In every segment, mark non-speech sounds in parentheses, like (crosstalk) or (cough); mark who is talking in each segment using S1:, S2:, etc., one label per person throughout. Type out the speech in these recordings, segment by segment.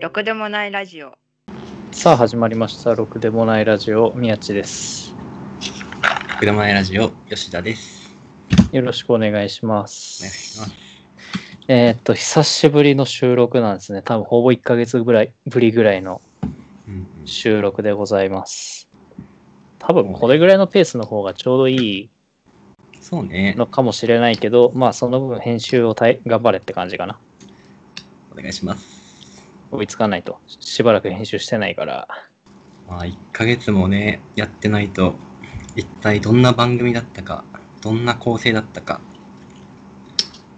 S1: ろくでもないラジオ。
S2: さあ始まりました「ろくでもないラジオ」宮地です
S3: 車前ラジオ、吉田です。
S2: よろしくお願いしま
S3: お願い
S2: す
S3: します。
S2: えーっと久しぶりの収録なんですね多分ほぼ1ヶ月ぐらいぶりぐらいの
S3: うんうん
S2: 収録でございます多分これぐらいのペースの方がちょうどい
S3: そうね
S2: い。のかもしれないけどまあその分編集をたい頑張れって感じかな
S3: お願いします。
S2: 追いつかないとしばらく編集してないから
S3: まあ、1ヶ月もね、やってないと、一体どんな番組だったか、どんな構成だったか、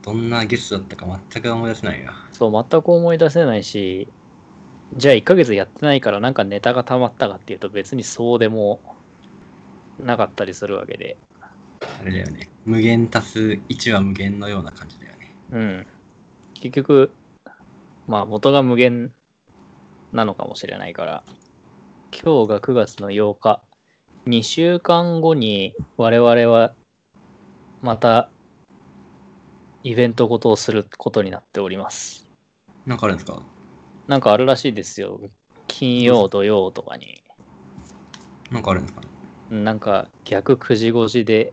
S3: どんなゲストだったか全く思い出せないよ。
S2: そう全く思い出せないしじゃあ1ヶ月やってないからなんかネタが溜まったかっていうと別にそうでもなかったりするわけで
S3: あれだよね。無限足す1は無限のような感じだよね。
S2: うん結局まあ元が無限なのかもしれないから今日が9月の8日2週間後に我々はまたイベントごとをすることになっております
S3: なんかあるんですか
S2: なんかあるらしいですよ金曜土曜とかに
S3: なんかあるんですか
S2: なんか逆9時5時で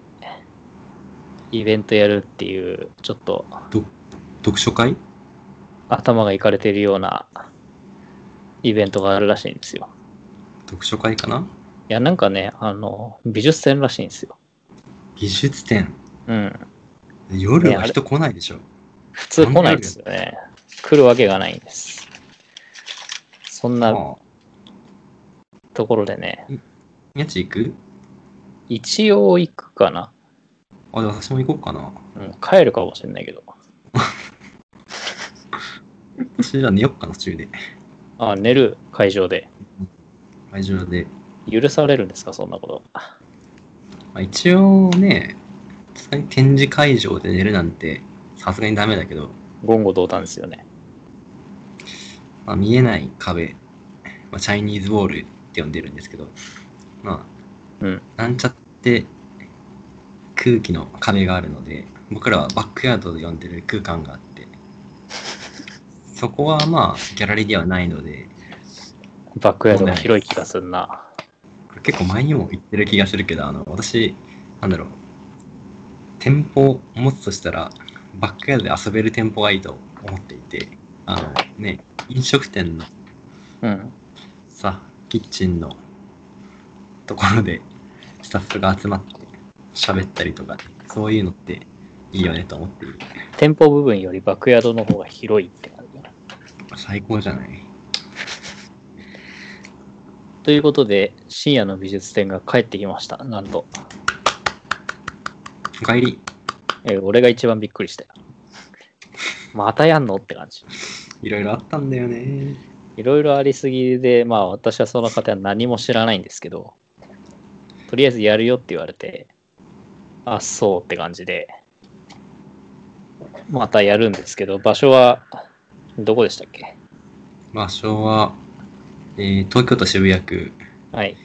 S2: イベントやるっていうちょっと
S3: 読書会
S2: 頭がいかれてるようなイベントがあるらしいんですよ。
S3: 読書会かない
S2: やなんかねあの美術展らしいんですよ。
S3: 美術展。
S2: うん。
S3: 夜
S2: ねあ
S3: は
S2: れ
S3: 人来ないでしょ。
S2: 普通来ないんですよね。来るわけがないんです。そんな
S3: ああ。
S2: ところでね、
S3: 宮地行く
S2: 一応行くかな。
S3: あ、でも私も行こうかな。
S2: うん、帰るかもしれないけど。
S3: 私ら寝よっかな、途中で。
S2: あ、寝る会場で。
S3: 会場で。
S2: 許されるんですか、そんなこと。
S3: まあ、一応ね、さすがに展示会場で寝るなんて、さすがにダメだけど、
S2: 言語道断ですよね。
S3: まあ、見えない壁、まあ、チャイニーズウォールって呼んでるんですけど、まあ、
S2: うん
S3: なんちゃって空気の壁があるので、僕らはバックヤードで呼んでる空間があって、
S2: (laughs)
S3: そこはまあ、ギャラリーではないので、
S2: バックヤードが広い気がすんな。
S3: これ結構前にも言ってる気がするけど、あの、私、なんだろう、店舗を持つとしたら、バックヤードで遊べる店舗がいいと思っていて、あのね、飲食店の
S2: うん。
S3: さ、キッチンのところで、スタッフが集まって喋ったりとか、そういうのっていいよねと思っている。
S2: 店舗部分よりバックヤードの方が広いって感じだな。
S3: 最高じゃない
S2: ということで、深夜の美術展が帰ってきました。なんと。
S3: お帰り、
S2: えー俺が一番びっくりしたよ。またやんのって感じ。
S3: いろいろあったんだよね。
S2: いろいろありすぎで、まあ私はその方は何も知らないんですけど、とりあえずやるよって言われて、あ、そうって感じで、またやるんですけど、場所は、どこでしたっけ
S3: 場所は、えー東京都渋谷区、
S2: はい。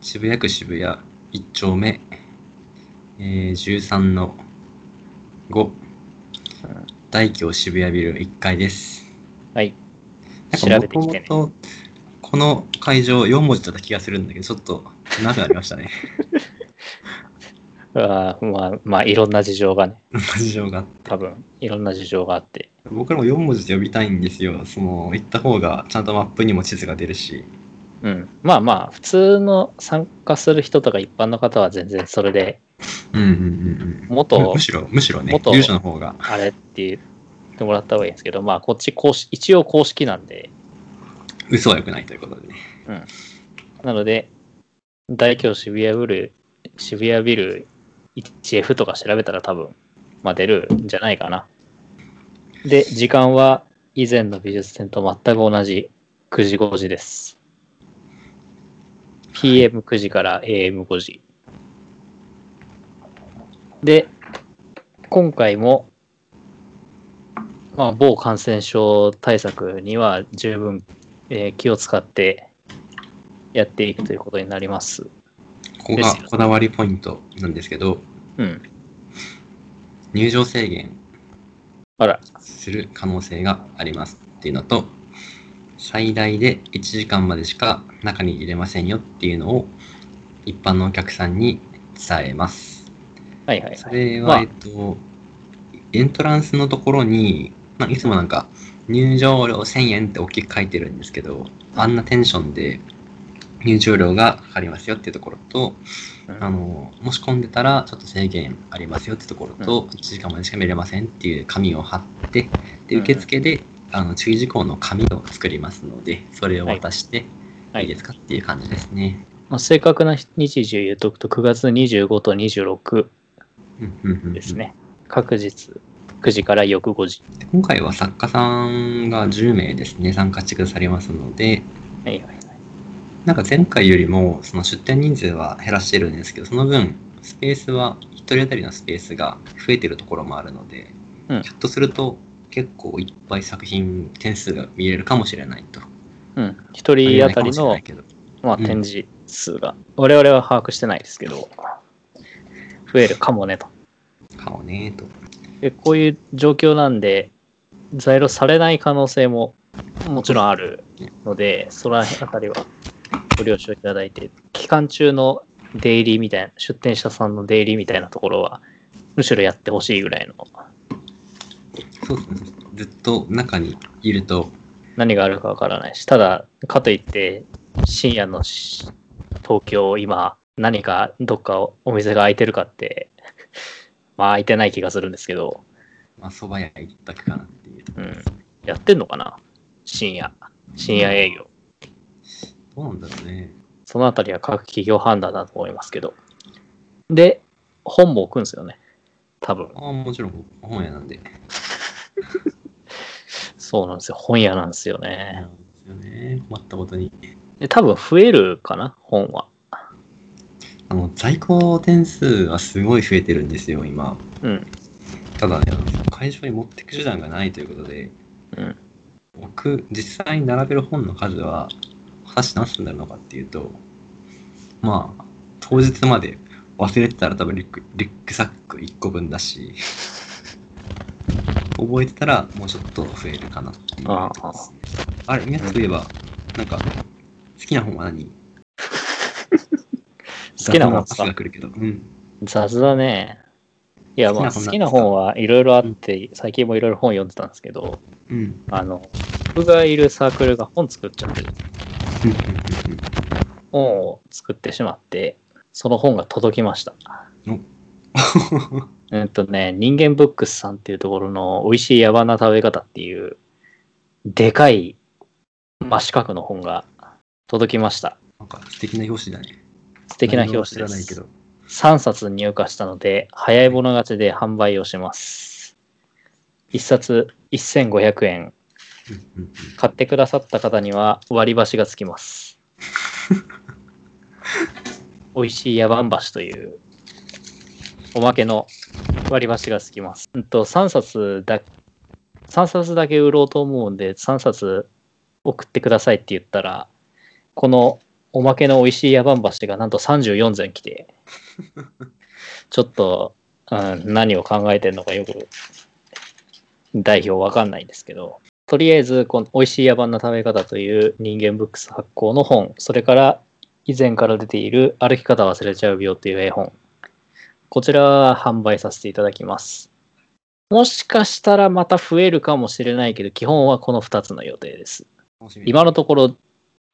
S3: 渋谷区渋谷1丁目、えー、13の5
S2: うん
S3: 大京渋谷ビル1階です
S2: はい。調
S3: なん
S2: べて
S3: か
S2: きてね
S3: もともとこの会場4文字だった気がするんだけどちょっと長くなりましたね (laughs)
S2: あーまあ、まあ、いろんな事情がね、
S3: 事情があって
S2: 多分、いろんな事情があって。
S3: 僕らも4文字で呼びたいんですよその行った方がちゃんとマップにも地図が出るし
S2: うん、まあまあ普通の参加する人とか一般の方は全然それで
S3: うんうんうんうん
S2: もっと
S3: むむしろむしろね
S2: 元
S3: 住所の方が
S2: あれって言ってもらった方がいいんですけどまあこっち公式一応公式なんで
S3: 嘘は良くないということでね
S2: なので大京渋谷ビル渋谷ビル 1F とか調べたら多分、まあ、出るんじゃないかなで時間は以前の美術展と全く同じ9時5時です PM9 時から AM5 時で今回もまあ某感染症対策には十分、えー気を使ってやっていくということになります。
S3: ここ
S2: で
S3: が
S2: すよ
S3: こだわりポイントなんですけど
S2: うん。
S3: 入場制限
S2: あら、
S3: する可能性がありますっていうのと、最大で1時間までしか中に入れませんよっていうのを一般のお客さんに伝えます。
S2: はいはい
S3: そ
S2: はい。
S3: れ
S2: ま
S3: は、
S2: あ
S3: えっと、エントランスのところに、まあ、いつもなんか入場料1000円って大きく書いてるんですけど、あんなテンションで入場料がかかりますよっていうところと、
S2: うん
S3: あの、申し込んでたらちょっと制限ありますよってところと、1時間までしか見れませんっていう紙を貼って、で、
S2: うん
S3: 受付で、あの注意事項の紙を作りますので、それを渡して、、
S2: はいい
S3: いですかっていう感じですね。
S2: まあ、正確な日時を言うとくと9月25と26
S3: うんうんうんうん
S2: です。ね。各日9時から翌5時。
S3: で今回は作家さんが10名ですね、参加してくださりますので、
S2: はいはいはい。
S3: なんか前回よりも、その出店人数は減らしてるんですけど、その分、スペースは、1人当たりのスペースが増えてるところもあるので、
S2: うん
S3: ひょっとすると、結構いっぱい作品、点数が見れるかもしれないと。
S2: うん。1人当たり
S3: 見れ
S2: の
S3: ない、かもしれないけど
S2: まあ、
S3: うん
S2: 展示数が、我々は把握してないですけど、増えるかもねと。
S3: かもねーと。
S2: でこういう状況なんで、在庫されない可能性ももちろんあるので、そのあたりはご了承いただいて、期間中の出入りみたいな、出店者さんの出入りみたいなところは、むしろやってほしいぐらいの、
S3: そうですね。ずっと中にいると、
S2: 何があるかわからないし、ただ、かといって、深夜のし東京、今、何かどっかお店が開いてるかって、 (laughs) まあ開いてない気がするんですけど、
S3: まあ、蕎麦屋一択かなっていうところですね。
S2: やってんのかな深夜、深夜営業。
S3: どうなんだろうね。
S2: そのあたりは各企業判断だと思いますけど。で、本も置くんですよね。多分。
S3: ああ、もちろん本屋なんで。
S2: そうなんですよ。本屋なんですよね。
S3: なんですよね。困ったことに。
S2: で、多分増えるかな本は。
S3: あの、在庫点数はすごい増えてるんですよ、今。
S2: うん。
S3: ただね、あの会場に持ってく手段がないということで、
S2: うん。
S3: 僕、実際に並べる本の数は、果たして何すんだろうかっていうと、まあ、当日まで忘れてたら多分リュックリュックサック1個分だし、 (laughs) 覚えてたらもうちょっと増えるかなっていう
S2: あ
S3: とこですねあれ、宮津といえば、なんか、好きな本は何
S2: 好きな本
S3: 雑パスが来るけど、うん。
S2: 雑だね。いや、まあ、
S3: 好
S2: 好
S3: き
S2: き
S3: な
S2: な
S3: 本
S2: 本はいろいろあって、最近もいろいろ本読んでたんですけど、
S3: うん。うん
S2: あの、僕がいるサークルが本作っちゃってる、
S3: うんうん
S2: 本を作ってしまって、その本が届きました。
S3: うん。 (laughs)
S2: えっとね、人間ブックスさんっていうところの美味しい野蛮な食べ方っていう、でかい真四角の本が届きました。
S3: なんか素敵な表紙だね。
S2: 素敵な表紙
S3: 内容は知らない
S2: で
S3: け
S2: す。
S3: ど。
S2: 3冊入荷したので、早い者勝ちで販売をします。1冊1500円。
S3: うんうん
S2: 買ってくださった方には割り箸がつきます。美味しい野蛮箸というおまけの割り箸がつきます。うんと3冊だ3冊だけ売ろうと思うんで3冊送ってくださいって言ったらこのおまけの美味しい野蛮箸がなんと34膳来てちょっと、うん、何を考えてるのかよく代表わかんないんですけど。とりあえず、この美味しい野蛮な食べ方という人間ブックス発行の本、それから以前から出ている歩き方忘れちゃう病という絵本、こちらは販売させていただきます。もしかしたらまた増えるかもしれないけど、基本はこの2つの予定です。
S3: 楽しみ
S2: 今のところ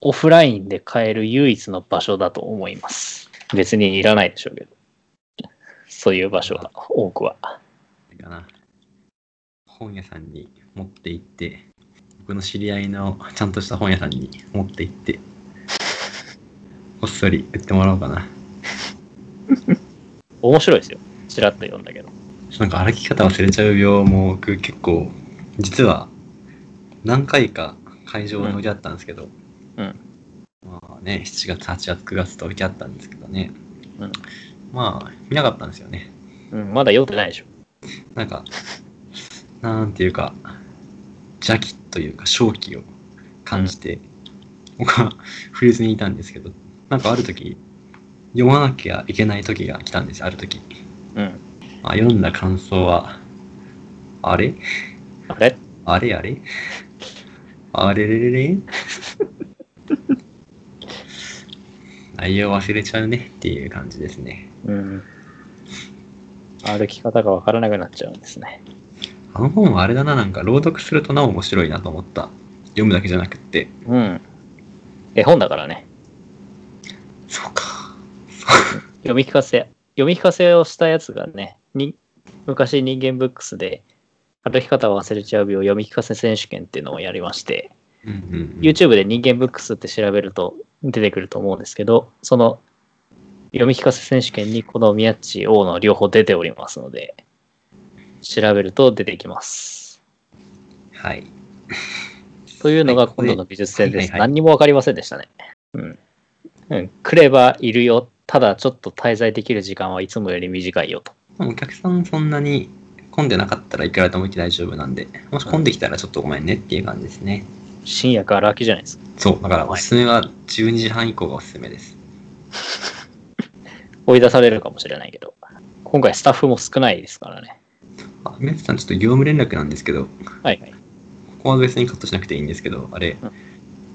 S2: オフラインで買える唯一の場所だと思います。別にいらないでしょうけど。そういう場所が多くは。
S3: かな。本屋さんに持って行って、僕の知り合いのちゃんとした本屋さんに持って行って、こっそり売ってもらおうかな。
S2: 面白いですよ。ちらっと読んだけど。
S3: なんか歩き方忘れちゃう病も僕結構、実は何回か会場に置いてあったんですけど、
S2: うん
S3: まあね、7月、8月、9月と置いてあったんですけどね、
S2: うん
S3: まあ見なかったんですよね。
S2: うん、まだ読んでないでしょ。
S3: なんか、なんていうか、邪気というか、正気を感じて、僕は触れずにいたんですけど、なんかある時、読まなきゃいけない時が来たんです、ある時。
S2: うん。
S3: まあ、読んだ感想は、あれ
S2: あれ
S3: あれあれあれれれれ内容忘れちゃうねっていう感じですね。
S2: うん。歩き方がわからなくなっちゃうんですね。
S3: あの本はあれだな、なんか朗読するとなお面白いなと思った。読むだけじゃなくって。
S2: うん。絵本だからね。
S3: そうか。
S2: 読み聞かせ、読み聞かせをしたやつがね、に昔人間ブックスで歩き方を忘れちゃう病読み聞かせ選手権っていうのをやりまして、
S3: うんうん、うん。
S2: YouTube で人間ブックスって調べると出てくると思うんですけど、その読み聞かせ選手権にこの宮地王の両方出ておりますので、調べると出てきます。
S3: はい。
S2: (laughs) というのが今度の美術展です。
S3: はいはいはい
S2: 何にも分かりませんでしたね。うん。うん、来ればいるよ。ただちょっと滞在できる時間はいつもより短いよと。
S3: まあお客さんそんなに混んでなかったらいくらでも行って大丈夫なんで、もし混んできたらちょっとごめんねっていう感じですね。
S2: 深夜から空きじゃないですか。
S3: そう、だからおすすめは12時半以降がおすすめです。
S2: 追い出されるかもしれないけど。今回スタッフも少ないですからね。
S3: あ、宮地さんちょっと業務連絡なんですけど、
S2: はいはい。
S3: ここは別にカットしなくていいんですけど、あれ、
S2: うん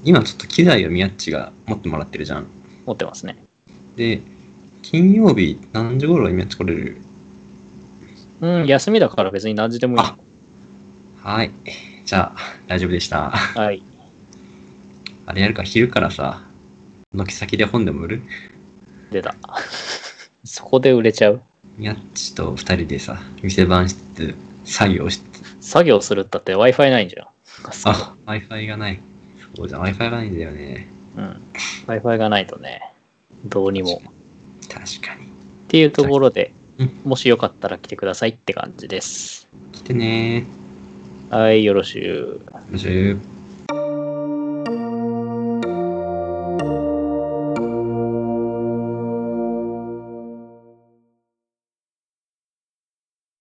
S3: 今ちょっと機材を宮っちが持ってもらってるじゃん。
S2: 持ってますね。
S3: で、金曜日何時頃宮っち来れる
S2: うん、休みだから別に何時でもいい。
S3: あはい。じゃあ、大丈夫でした。
S2: はい。
S3: あれやるか、昼からさ、軒先で本でも売る
S2: 出た。 (laughs) そこで売れちゃう
S3: 宮っちと二人でさ、店番して、作業して、
S2: 作業するったって Wi-Fi ないんじゃん。
S3: あ、Wi-Fi がない。そうじゃん、Wi-Fi がないんだよね。
S2: うん。Wi-Fi がないとね、どうにも。
S3: 確かに。
S2: っていうところで
S3: うん、
S2: もしよかったら来てくださいって感じです。
S3: 来てね
S2: はい、よろしゅう。
S3: ー。よろしく